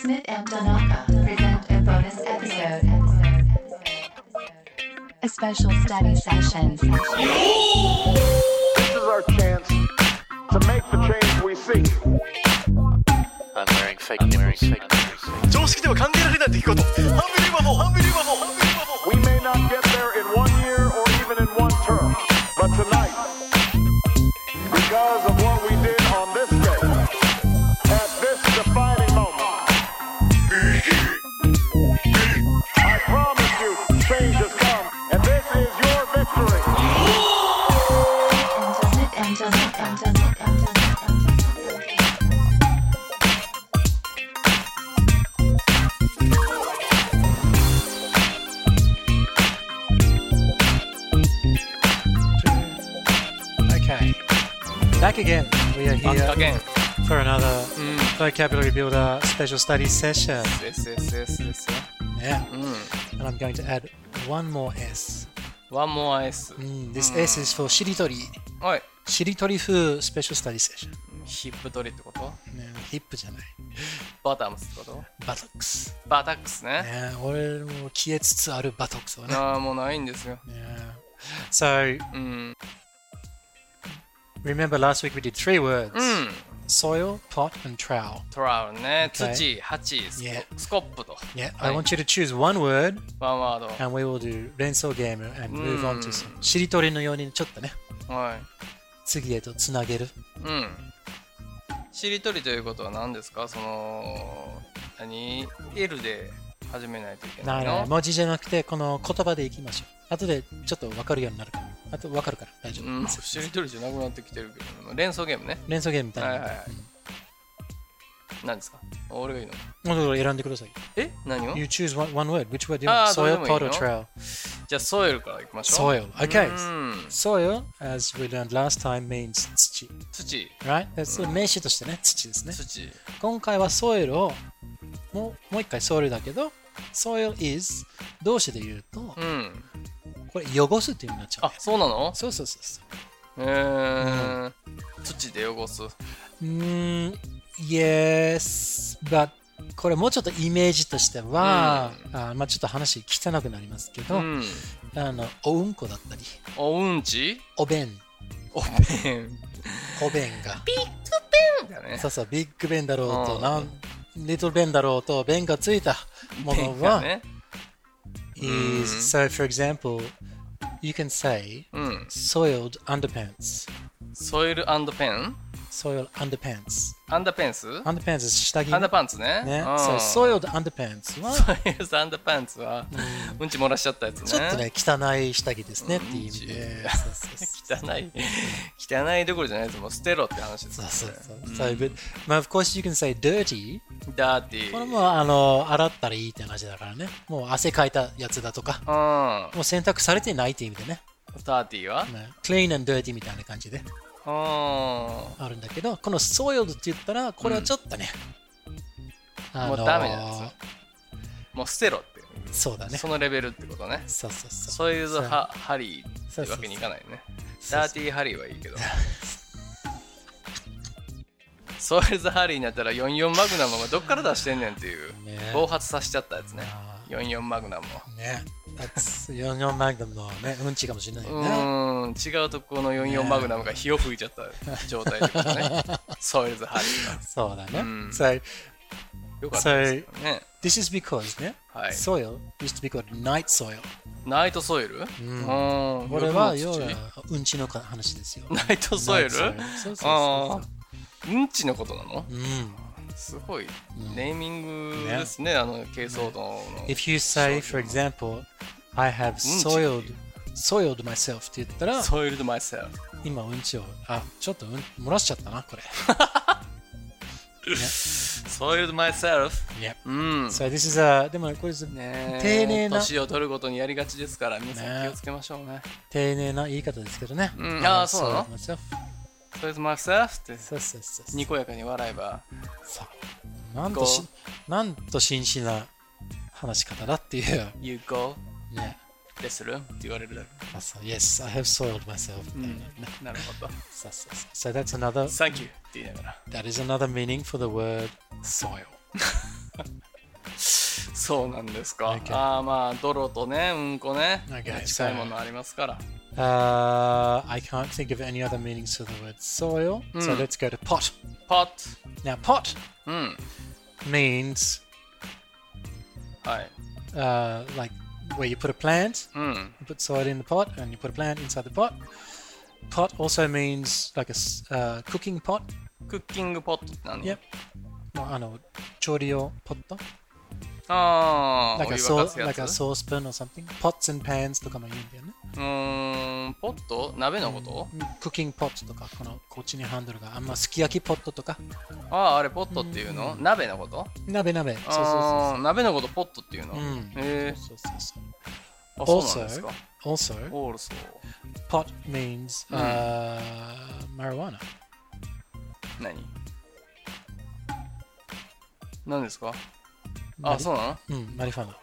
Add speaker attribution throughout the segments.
Speaker 1: Smith and Donaka present a bonus episode. A special study session.
Speaker 2: This is our chance to make the change we seek.
Speaker 3: I'm wearing fake I'm wearing fake nipples.
Speaker 4: 常識では考えられない出来事ハンビリーバボーハンビリーバボーハンビリーバボー
Speaker 2: We may not get there in one year or even in one term, but tonight, because of what we did on this day, at this defining moment, I promise you, change has come, and this is your victory.
Speaker 1: Smith and Donaka. Smith and Donaka.
Speaker 5: Okay. Back again. We are here
Speaker 6: Again.
Speaker 5: for another vocabulary builder special study session.
Speaker 6: Yes, yes, yes, yes.
Speaker 5: Yeah. And I'm going to add one more S.
Speaker 6: One more S.
Speaker 5: Mm, this S is for shiritori.
Speaker 6: はい。
Speaker 5: shiritori 風 special study session.
Speaker 6: ヒップ取りってこと
Speaker 5: ヒップじゃない。
Speaker 6: バタムスってこと
Speaker 5: バトックス。
Speaker 6: バタックスね。
Speaker 5: ね俺も消えつつあるバトックスをね。
Speaker 6: ああ、もうないんですよ。
Speaker 5: Yeah. So
Speaker 6: うん。
Speaker 5: remember last week we did three words:
Speaker 6: うん。
Speaker 5: soil, pot, and trowel.
Speaker 6: トラウルね。
Speaker 5: Okay.
Speaker 6: 土、鉢、スコ
Speaker 5: Yeah.
Speaker 6: スコップと。
Speaker 5: Yeah. I
Speaker 6: はい
Speaker 5: want you to choose one word,
Speaker 6: ワンワー
Speaker 5: and we will do 連想ゲーム and move on to
Speaker 6: うん
Speaker 5: some しりとりのようにちょっとね。
Speaker 6: ド。はい。
Speaker 5: 次へとつなげる。
Speaker 6: うん。しりとりということは何ですかその、何 ?L で始めないといけ
Speaker 5: な
Speaker 6: ない
Speaker 5: るほど
Speaker 6: の
Speaker 5: 文字じゃなくて、この言葉でいきましょう。後でちょっと分かるようになるから。あと分かるから大丈
Speaker 6: う
Speaker 5: 夫
Speaker 6: ん。
Speaker 5: です。
Speaker 6: しりとりじゃなくなってきてるけど、連想ゲームね。
Speaker 5: 連想ゲームみたいな。
Speaker 6: はいはいはい何ですか俺がいいの
Speaker 5: もうだから選んでください。
Speaker 6: え何を
Speaker 5: You choose one, one word. Which word do you
Speaker 6: あ
Speaker 5: want?
Speaker 6: ーどれで
Speaker 5: Soil,
Speaker 6: もいい
Speaker 5: pot,
Speaker 6: の
Speaker 5: or trail?
Speaker 6: じゃあ、ソイルからいきましょう。
Speaker 5: Soil. Okay.
Speaker 6: うん。
Speaker 5: Soil, as we learned last time, means 土。
Speaker 6: 土
Speaker 5: Right? That's 名詞としてね、土ですね。
Speaker 6: 土
Speaker 5: 今回は soil を、もうもう一回 soil だけど、soil is 動詞で言うと
Speaker 6: う、ん
Speaker 5: これ汚すっていう意味になっちゃう
Speaker 6: あ
Speaker 5: ね。
Speaker 6: そうなの
Speaker 5: そうそうそうそう。
Speaker 6: えー土で汚す
Speaker 5: うーん、yes, but これもうちょっとイメージとしては、あまあちょっと話汚くなりますけ
Speaker 6: う
Speaker 5: ど、
Speaker 6: ん
Speaker 5: あのおうんこだったり、
Speaker 6: おうんち
Speaker 5: おべん、
Speaker 6: おべん
Speaker 5: おべんが、
Speaker 6: だね
Speaker 5: そうそう、ビッグベンだろうと、
Speaker 6: うん
Speaker 5: なんリトルベンだろうと、ベンがついたも
Speaker 6: ペン
Speaker 5: の
Speaker 6: が
Speaker 5: は、
Speaker 6: ね
Speaker 5: is, so for example, you can say
Speaker 6: うん
Speaker 5: soiled underpants,
Speaker 6: ソイルペン
Speaker 5: soiled underpants,
Speaker 6: アンダーペンスア
Speaker 5: underpants is 下着
Speaker 6: ンダーパンツね
Speaker 5: ね、
Speaker 6: うん
Speaker 5: そう
Speaker 6: ソ
Speaker 5: soiled underpants は
Speaker 6: イルアンダーパンツはうんち漏らしちゃったやつね
Speaker 5: ちょっとね、汚い下着ですねっていう意味
Speaker 6: う
Speaker 5: で。
Speaker 6: ん
Speaker 5: そうそうそう
Speaker 6: 汚い汚いどころじゃないですもう捨てろって話です
Speaker 5: そ
Speaker 6: ね
Speaker 5: うそう そう。そういうぶまあ、of course you can say dirty。
Speaker 6: ダーティ
Speaker 5: これ
Speaker 6: ー
Speaker 5: もあの洗ったらいいって話だからね。もう汗かいたやつだとか、
Speaker 6: う
Speaker 5: もう洗濯されてないって意味でね。
Speaker 6: んダーティーは
Speaker 5: ね clean and dirty みたいな感じで
Speaker 6: う
Speaker 5: あるんだけど、この soiled って言ったら、これはちょっとね。あ
Speaker 6: もうダメなんですよんもう捨てろって
Speaker 5: そうだね。
Speaker 6: そのレベルってことね
Speaker 5: そうそうそう。
Speaker 6: ソイルド
Speaker 5: そう
Speaker 6: ハハリーってわけにいかないね。
Speaker 5: そうそう
Speaker 6: ダーティーハリーはいいけど。ソイルズハリーになったら44マグナムがどっから出してんねんっていう
Speaker 5: ね
Speaker 6: 暴発させちゃったやつね
Speaker 5: あ。
Speaker 6: 44マグナムを。
Speaker 5: ね。That's 44マグナムのね、うんちかもしれないうよね。
Speaker 6: ーん、違うとこの44マグナムが火を吹いちゃった状態ってこと ね。ソイルズハリーが。
Speaker 5: そうだね。
Speaker 6: ん
Speaker 5: So
Speaker 6: よかったですけどね。
Speaker 5: This is because ね、
Speaker 6: はい
Speaker 5: soil used to be called night soil.
Speaker 6: ナイトソイルうーん。
Speaker 5: これは
Speaker 6: 夜
Speaker 5: 要
Speaker 6: の土
Speaker 5: はうんちの話です よ。
Speaker 6: ナイトソイル
Speaker 5: Night soil そうそ
Speaker 6: あ
Speaker 5: うそ
Speaker 6: ーうんちのことなの
Speaker 5: うそう。うん。
Speaker 6: すごいネーミングですね、あの軽装の。
Speaker 5: If you say, for example, I have
Speaker 6: ち
Speaker 5: soiled, soiled myself って言ったら、
Speaker 6: ソイルドマイセルフ。
Speaker 5: 今うんちを、あ、ちょっとうん漏らしちゃった な、これ。
Speaker 6: ソイルドマイセルフ。
Speaker 5: Yep.
Speaker 6: うん。
Speaker 5: So this is a, でもこれ、
Speaker 6: ねえ
Speaker 5: 丁寧な
Speaker 6: 年を取るごとにやりがちですから、皆さん
Speaker 5: ね
Speaker 6: 気をつけましょうね。
Speaker 5: 丁寧な言い方ですけどね。
Speaker 6: ん
Speaker 5: I have
Speaker 6: あーそうなの
Speaker 5: soiled myself
Speaker 6: ソイルドマイセルフって
Speaker 5: そうそうそうそう
Speaker 6: にこやかに笑えば。
Speaker 5: さあなんとし
Speaker 6: こ
Speaker 5: なんと真摯な話し方だっていう。
Speaker 6: You go
Speaker 5: ね。
Speaker 6: でするって言われるだ
Speaker 5: あそう yes, I have soiled myself. みたいなね
Speaker 6: け。なるほど。
Speaker 5: そうそうそう So that's another,
Speaker 6: Thank you って言いながら。
Speaker 5: that is another meaning for the word soil.
Speaker 6: そうなんですか。
Speaker 5: Okay.
Speaker 6: ああまあ泥とねうんこね
Speaker 5: Okay,
Speaker 6: 近いものありますから。
Speaker 5: Uh, I can't think of any other meanings to the word soil, so
Speaker 6: Mm.
Speaker 5: let's go to pot.
Speaker 6: パッ
Speaker 5: Now, pot
Speaker 6: うん。
Speaker 5: means
Speaker 6: はい。
Speaker 5: uh, like where you put a plant,
Speaker 6: うん。
Speaker 5: you put soil in the pot, and you put a plant inside the pot. Pot also means like a s- uh, cooking pot.
Speaker 6: クッキングポットって何
Speaker 5: Yep. まああの調理用ポット
Speaker 6: ああ、
Speaker 5: なん
Speaker 6: お
Speaker 5: か
Speaker 6: 湯
Speaker 5: そ
Speaker 6: 沸か
Speaker 5: う
Speaker 6: すや
Speaker 5: なん
Speaker 6: つ。
Speaker 5: か saucepan or something pots and pans とかも言うんだよね
Speaker 6: うーん、ポット鍋のこと、
Speaker 5: クッキングポットとかこのこっちにハンドルがあんますき焼きポットとか
Speaker 6: ああ、あれポットっていうの、鍋のこと
Speaker 5: 鍋鍋そうそう
Speaker 6: ああ、鍋のことポットっていうの、
Speaker 5: そううん
Speaker 6: へえ
Speaker 5: そうそうそう
Speaker 6: あ、そうなんですか。
Speaker 5: Also,
Speaker 6: オールソ
Speaker 5: pot means、uh, marijuana.
Speaker 6: 何何ですかあ、そううなの
Speaker 5: うん、マリファナ。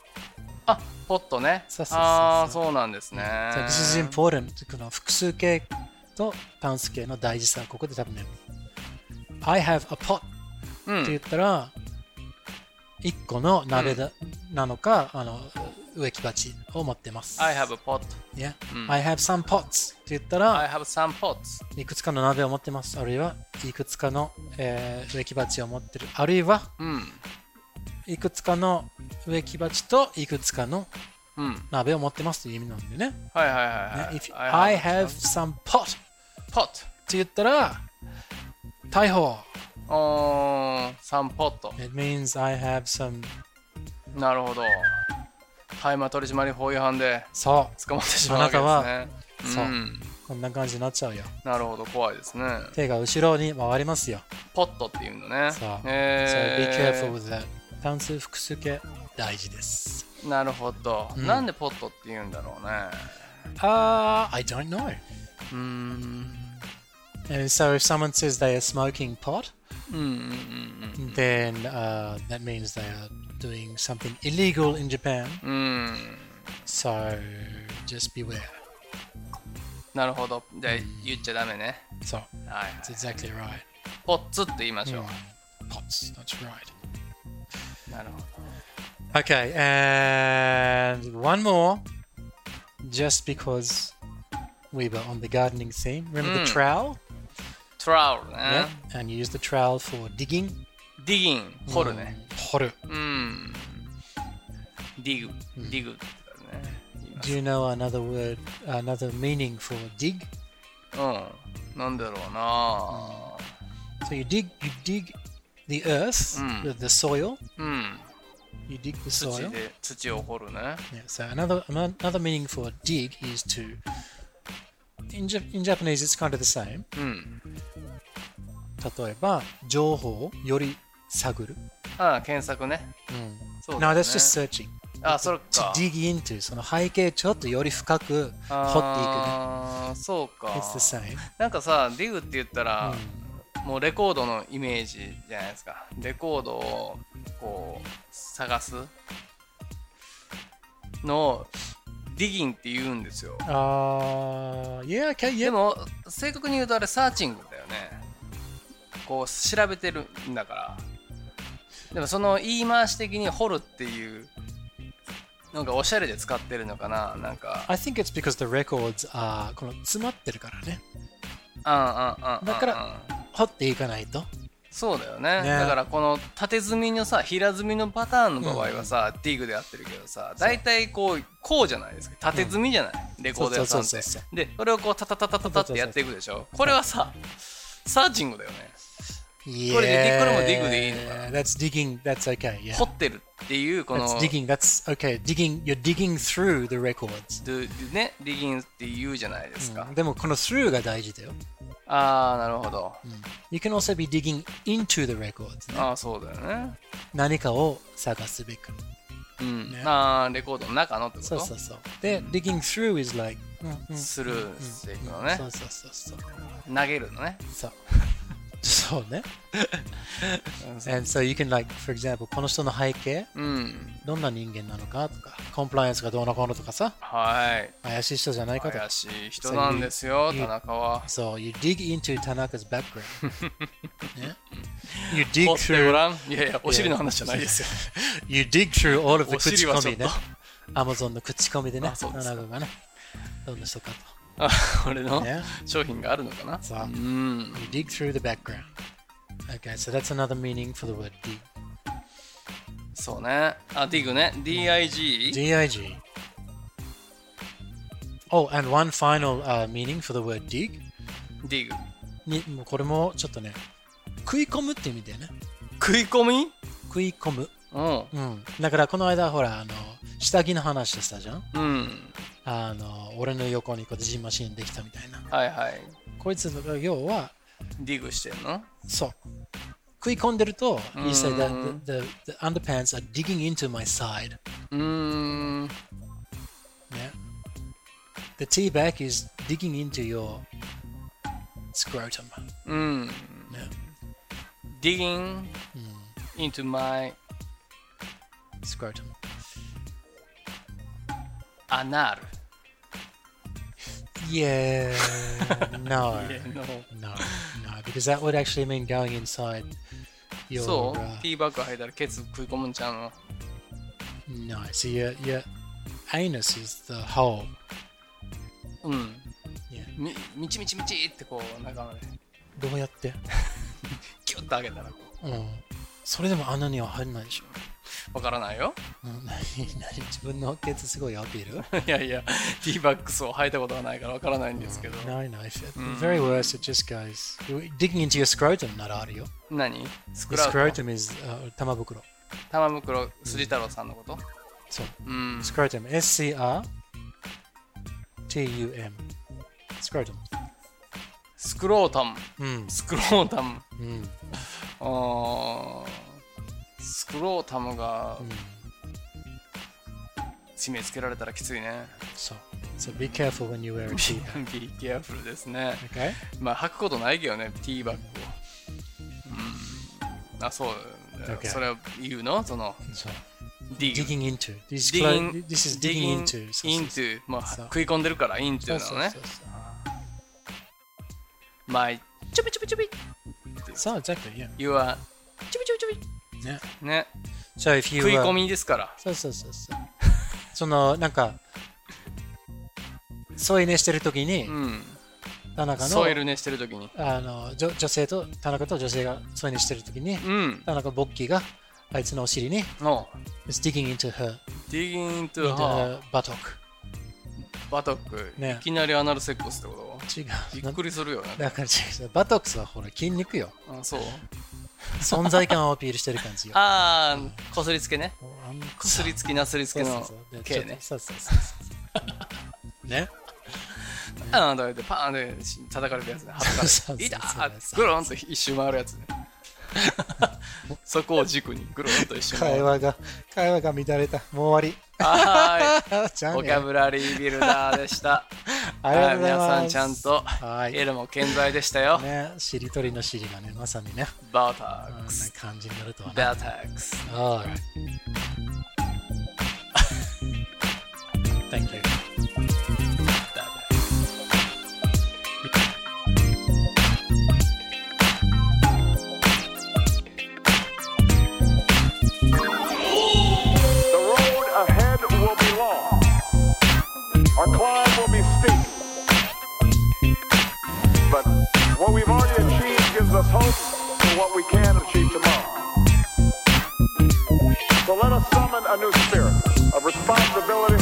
Speaker 6: あ、ポットね。
Speaker 5: そうそうそうそう
Speaker 6: ああ、そうなんですね。
Speaker 5: So this is important. この複数形と単数形の大事さはここで多分ね。I have a pot
Speaker 6: う
Speaker 5: って言
Speaker 6: ん、
Speaker 5: ったら、一個の鍋だ、なのか、あの植木鉢を持ってます。
Speaker 6: I have a pot.
Speaker 5: yeah.、
Speaker 6: うん
Speaker 5: I have some pots って言ったら、
Speaker 6: I have some pots.
Speaker 5: い、くつかの鍋を持ってます。あるいはいくつかの、えー植木鉢を持ってる。あるいは
Speaker 6: うん、
Speaker 5: いくつかの植木鉢といくつかの
Speaker 6: うん。
Speaker 5: 鍋を持ってますという意味なんでね。
Speaker 6: はいはいはい、はい。
Speaker 5: ね If I have
Speaker 6: some
Speaker 5: some pot って
Speaker 6: pot.
Speaker 5: 言ったら、逮捕。
Speaker 6: あー、サンポット。
Speaker 5: It means I have some.
Speaker 6: なるほど。大麻取締法違反で
Speaker 5: そ
Speaker 6: 捕まってしまうわけですね。
Speaker 5: あなたはそう
Speaker 6: うん、
Speaker 5: う。こんな感じになっちゃうよ。
Speaker 6: なるほど、怖いですね。
Speaker 5: 手が後ろに回りますよ。
Speaker 6: ポットっていうのね。
Speaker 5: そう。so be
Speaker 6: え
Speaker 5: careful
Speaker 6: ー
Speaker 5: with that. 単数複数形大事です。
Speaker 6: なるほど、
Speaker 5: ん
Speaker 6: なんでポットって言うんだろうね。
Speaker 5: あ h I don't know.
Speaker 6: うーん。
Speaker 5: And so if someone says they are smoking pot,
Speaker 6: うんうんうんうん。
Speaker 5: then uh, that means they are doing something illegal in Japan.
Speaker 6: うん、
Speaker 5: So just beware.
Speaker 6: なるほど。じゃあ言っちゃダメね。
Speaker 5: So
Speaker 6: はいはい、
Speaker 5: that's exactly right.
Speaker 6: ポッツって言いましょう。
Speaker 5: Pots, that's right.
Speaker 6: なるほど。
Speaker 5: Okay, and one more. Just because we were on the gardening theme. Remember the
Speaker 6: Mm.
Speaker 5: trowel?
Speaker 6: トラウルね。
Speaker 5: And you use the trowel for digging.
Speaker 6: ディギン、掘るね。
Speaker 5: 掘る。
Speaker 6: うん。ディグ、ディグって言うからね。言います
Speaker 5: Do you know another word, another meaning for dig?
Speaker 6: うん。なんだろうな
Speaker 5: So you dig, you dig the earth,
Speaker 6: Mm.
Speaker 5: the, the soil.
Speaker 6: うん。
Speaker 5: You dig the
Speaker 6: 土
Speaker 5: soil.
Speaker 6: で、土を掘るね。
Speaker 5: Yeah, so another another meaning for dig is to. In, Ja- in Japanese, it's kind of the same.
Speaker 6: うん。
Speaker 5: 例えば、情報をより探る。
Speaker 6: ああ、検索ね。そう
Speaker 5: Now
Speaker 6: で
Speaker 5: that's
Speaker 6: す
Speaker 5: just
Speaker 6: ね。
Speaker 5: searching.
Speaker 6: あ、それか。
Speaker 5: To dig into その背景ちょっとより深く掘っていくね。
Speaker 6: あーそうか。
Speaker 5: It's the same.
Speaker 6: なんかさ、ディグって言ったら、
Speaker 5: うん
Speaker 6: もうレコードのイメージじゃないですか。レコードをこう探すのをディギンって言うんですよ。
Speaker 5: Uh, yeah, okay,
Speaker 6: で
Speaker 5: yeah.
Speaker 6: も正確に言うとあれサーチングだよねこう調べてるんだからでもその言い回し的に掘るっていうなんかおしゃれで使ってるのかななんか
Speaker 5: I think it's because the records are この詰まってるからね。
Speaker 6: うんうんうんうんうん
Speaker 5: だから掘っていかないと。
Speaker 6: そうだよね
Speaker 5: ね
Speaker 6: だからこの縦積みのさ平積みのパターンの場合はさ、ディグでやってるけどさ大体こうこうじゃないですか縦積みじゃない、レコード屋さんって
Speaker 5: そうそうそうそ
Speaker 6: でそれをこうタタタタタタってやっていくでしょこれはさサーチングだよね
Speaker 5: Yeah.
Speaker 6: これでこれも dig でいいのかな
Speaker 5: That's digging, that's okay, yeah.
Speaker 6: 掘ってるっていうこの
Speaker 5: That's digging, that's okay. Digging, you're digging through the records.
Speaker 6: でね、リギンって言うじゃないですか。
Speaker 5: でもこの through が大事だよ。
Speaker 6: ああ、なるほど。
Speaker 5: You can also be digging into the records ね。
Speaker 6: ああ、そうだよね。
Speaker 5: 何かを探すべく。
Speaker 6: うん。
Speaker 5: ね
Speaker 6: ああ、レコードの中のってこと
Speaker 5: そうそうそう。で、digging through is like、うんうん
Speaker 6: スルーしていくの
Speaker 5: そ
Speaker 6: ね
Speaker 5: う。そうそうそう。
Speaker 6: 投げるのね。
Speaker 5: そう。そうね。And so you can like, for example, この人の背景、
Speaker 6: うん
Speaker 5: どんな人間なのかとか、コンプライアンスがどうのこうのとかさ、
Speaker 6: はい
Speaker 5: 怪しい人じゃないかとか
Speaker 6: 怪。しい人なんですよ
Speaker 5: そういう
Speaker 6: 田中は
Speaker 5: So you dig into Tanaka's background. yeah? You dig
Speaker 6: 掘ってご
Speaker 5: through
Speaker 6: らんいやいやお尻の話じゃないですよ
Speaker 5: you dig through all of the
Speaker 6: お尻
Speaker 5: 口
Speaker 6: は
Speaker 5: コ
Speaker 6: ちょ
Speaker 5: ミ
Speaker 6: っと
Speaker 5: ね。Amazon の口コミでね、
Speaker 6: あそうですか
Speaker 5: 田中がね、どんな人かと。
Speaker 6: あ俺の
Speaker 5: Yeah?
Speaker 6: 商品があるのかな
Speaker 5: そううん You dig through the background. Okay, so that's another meaning for the word dig.
Speaker 6: そうねあ DIG ね DIG
Speaker 5: D-I-G. Oh, and one final uh, meaning for the word dig.
Speaker 6: DIG
Speaker 5: にもうこれもちょっとね、食い込むって意味だよね。
Speaker 6: 食い込み
Speaker 5: 食い込む。
Speaker 6: うん
Speaker 5: うん。だからこの間、ほら、あの、下着の話したじゃん。
Speaker 6: うん
Speaker 5: あの、俺の横にこうジンマシンできたみたいな。
Speaker 6: はいはい
Speaker 5: こいつの要は、
Speaker 6: DIG してんの
Speaker 5: そう。食い込んでると、you say
Speaker 6: う
Speaker 5: that
Speaker 6: ん
Speaker 5: the, the, the underpants are digging into my side.
Speaker 6: うーん
Speaker 5: Yeah. The tea bag is digging into your scrotum.
Speaker 6: うん。digging into my
Speaker 5: Scrotum.
Speaker 6: anal.
Speaker 5: Yeah. no.
Speaker 6: No.
Speaker 5: No. No. Because that would actually mean going inside your.
Speaker 6: そう
Speaker 5: uh,
Speaker 6: ?T バッグ履いたらケツ食い込むんちゃうの
Speaker 5: no. So your your anus is the hole.
Speaker 6: うん。
Speaker 5: Yeah.
Speaker 6: み、みちみちみちってこう、中まで、
Speaker 5: どうやって？
Speaker 6: キュッと上げたら、
Speaker 5: うん。それでも穴には入らないでしょ。
Speaker 6: わからないよ。
Speaker 5: うん、何何自分のケツすごいアピール？
Speaker 6: いやいや、T バッグスを履いたことはないからわからないんですけど。
Speaker 5: No, no. If at the very worst, it just goes digging into your scrotum. ならあるよ。
Speaker 6: 何スク
Speaker 5: The
Speaker 6: ラウト
Speaker 5: scrotum is、uh, 玉袋。
Speaker 6: 玉袋筋太郎さんのこと
Speaker 5: そう。
Speaker 6: うん。
Speaker 5: Scrotum. S C R T U M. Scrotum.
Speaker 6: スクロータム。
Speaker 5: うん。
Speaker 6: スクロータム。
Speaker 5: うん。
Speaker 6: あースクロータムが締め付けられたらきついね。
Speaker 5: So, so be careful when you wear a tea bag.
Speaker 6: Be careful ですね。
Speaker 5: Okay.
Speaker 6: まあ履くことないけどね、ティーバッグを。うん、あ、そう。
Speaker 5: Okay.
Speaker 6: それを言うのその、
Speaker 5: So
Speaker 6: ディ
Speaker 5: digging into. This is,
Speaker 6: Digging-
Speaker 5: clo- this is digging into. So, so, so.
Speaker 6: into。まあ
Speaker 5: そう
Speaker 6: 食い込んでるから into な
Speaker 5: So,
Speaker 6: の
Speaker 5: so,
Speaker 6: ね
Speaker 5: so,。so.
Speaker 6: まあ、ちょびちょびちょび
Speaker 5: So, exactly, yeah.
Speaker 6: You are ちょびちょびちょ
Speaker 5: yeah.
Speaker 6: び。ね。
Speaker 5: So if you
Speaker 6: 食い
Speaker 5: uh,
Speaker 6: 込みですから。
Speaker 5: そうそうそうそう。そのなんか添い寝してる時に、
Speaker 6: うん。
Speaker 5: 田中の
Speaker 6: ソイルねしてるときに。
Speaker 5: あの女女性と田中と女性が添い寝してる時に、
Speaker 6: うん。
Speaker 5: 田中ボッキーがあいつのお尻に
Speaker 6: の、
Speaker 5: is digging into her
Speaker 6: digging into
Speaker 5: into
Speaker 6: her
Speaker 5: her buttock。
Speaker 6: バトック。
Speaker 5: ね
Speaker 6: いきなりアナルセックスってこ
Speaker 5: 違
Speaker 6: と
Speaker 5: う
Speaker 6: びっ
Speaker 5: な。
Speaker 6: くりするよね。
Speaker 5: だから違う。バトックスはほら筋肉よ。
Speaker 6: あ、そう。
Speaker 5: 存在感をアピールしてる感じよ。
Speaker 6: あー、こすりつけね。
Speaker 5: あんこ
Speaker 6: こすりつきなすりつ
Speaker 5: そ
Speaker 6: け
Speaker 5: うそう
Speaker 6: の
Speaker 5: そう。でちょ
Speaker 6: 系
Speaker 5: っと
Speaker 6: ね。
Speaker 5: そうそうそうそう。ね。
Speaker 6: あーだってパーンで叩かれるやつ ね。
Speaker 5: そうそうそう
Speaker 6: いた
Speaker 5: そ
Speaker 6: ー
Speaker 5: う
Speaker 6: グロンと一周回るやつね。 そこを軸にグロンと一周回
Speaker 5: 会
Speaker 6: る。
Speaker 5: 話が会話が乱れた。もう終わり。
Speaker 6: は
Speaker 5: あじ
Speaker 6: ー
Speaker 5: ゃ
Speaker 6: い。
Speaker 5: あ
Speaker 6: ボキ
Speaker 5: ね
Speaker 6: ャ。ブラリービルダーでした。
Speaker 5: ありがとうございます。
Speaker 6: はい皆さんちゃんと
Speaker 5: はい。
Speaker 6: エルも健在でしたよ。
Speaker 5: ね、しりとりのしりがね、まさにね、
Speaker 6: バータ
Speaker 5: あん
Speaker 6: ッ
Speaker 5: な
Speaker 6: クス。
Speaker 5: 感じになるとはね。
Speaker 6: バータックス。
Speaker 5: Alright. Thank you.
Speaker 2: The road ahead will be long. Our climb will be steep. But what we've already achieved gives us hope for what we can achieve tomorrow. So let us summon a new spirit of responsibility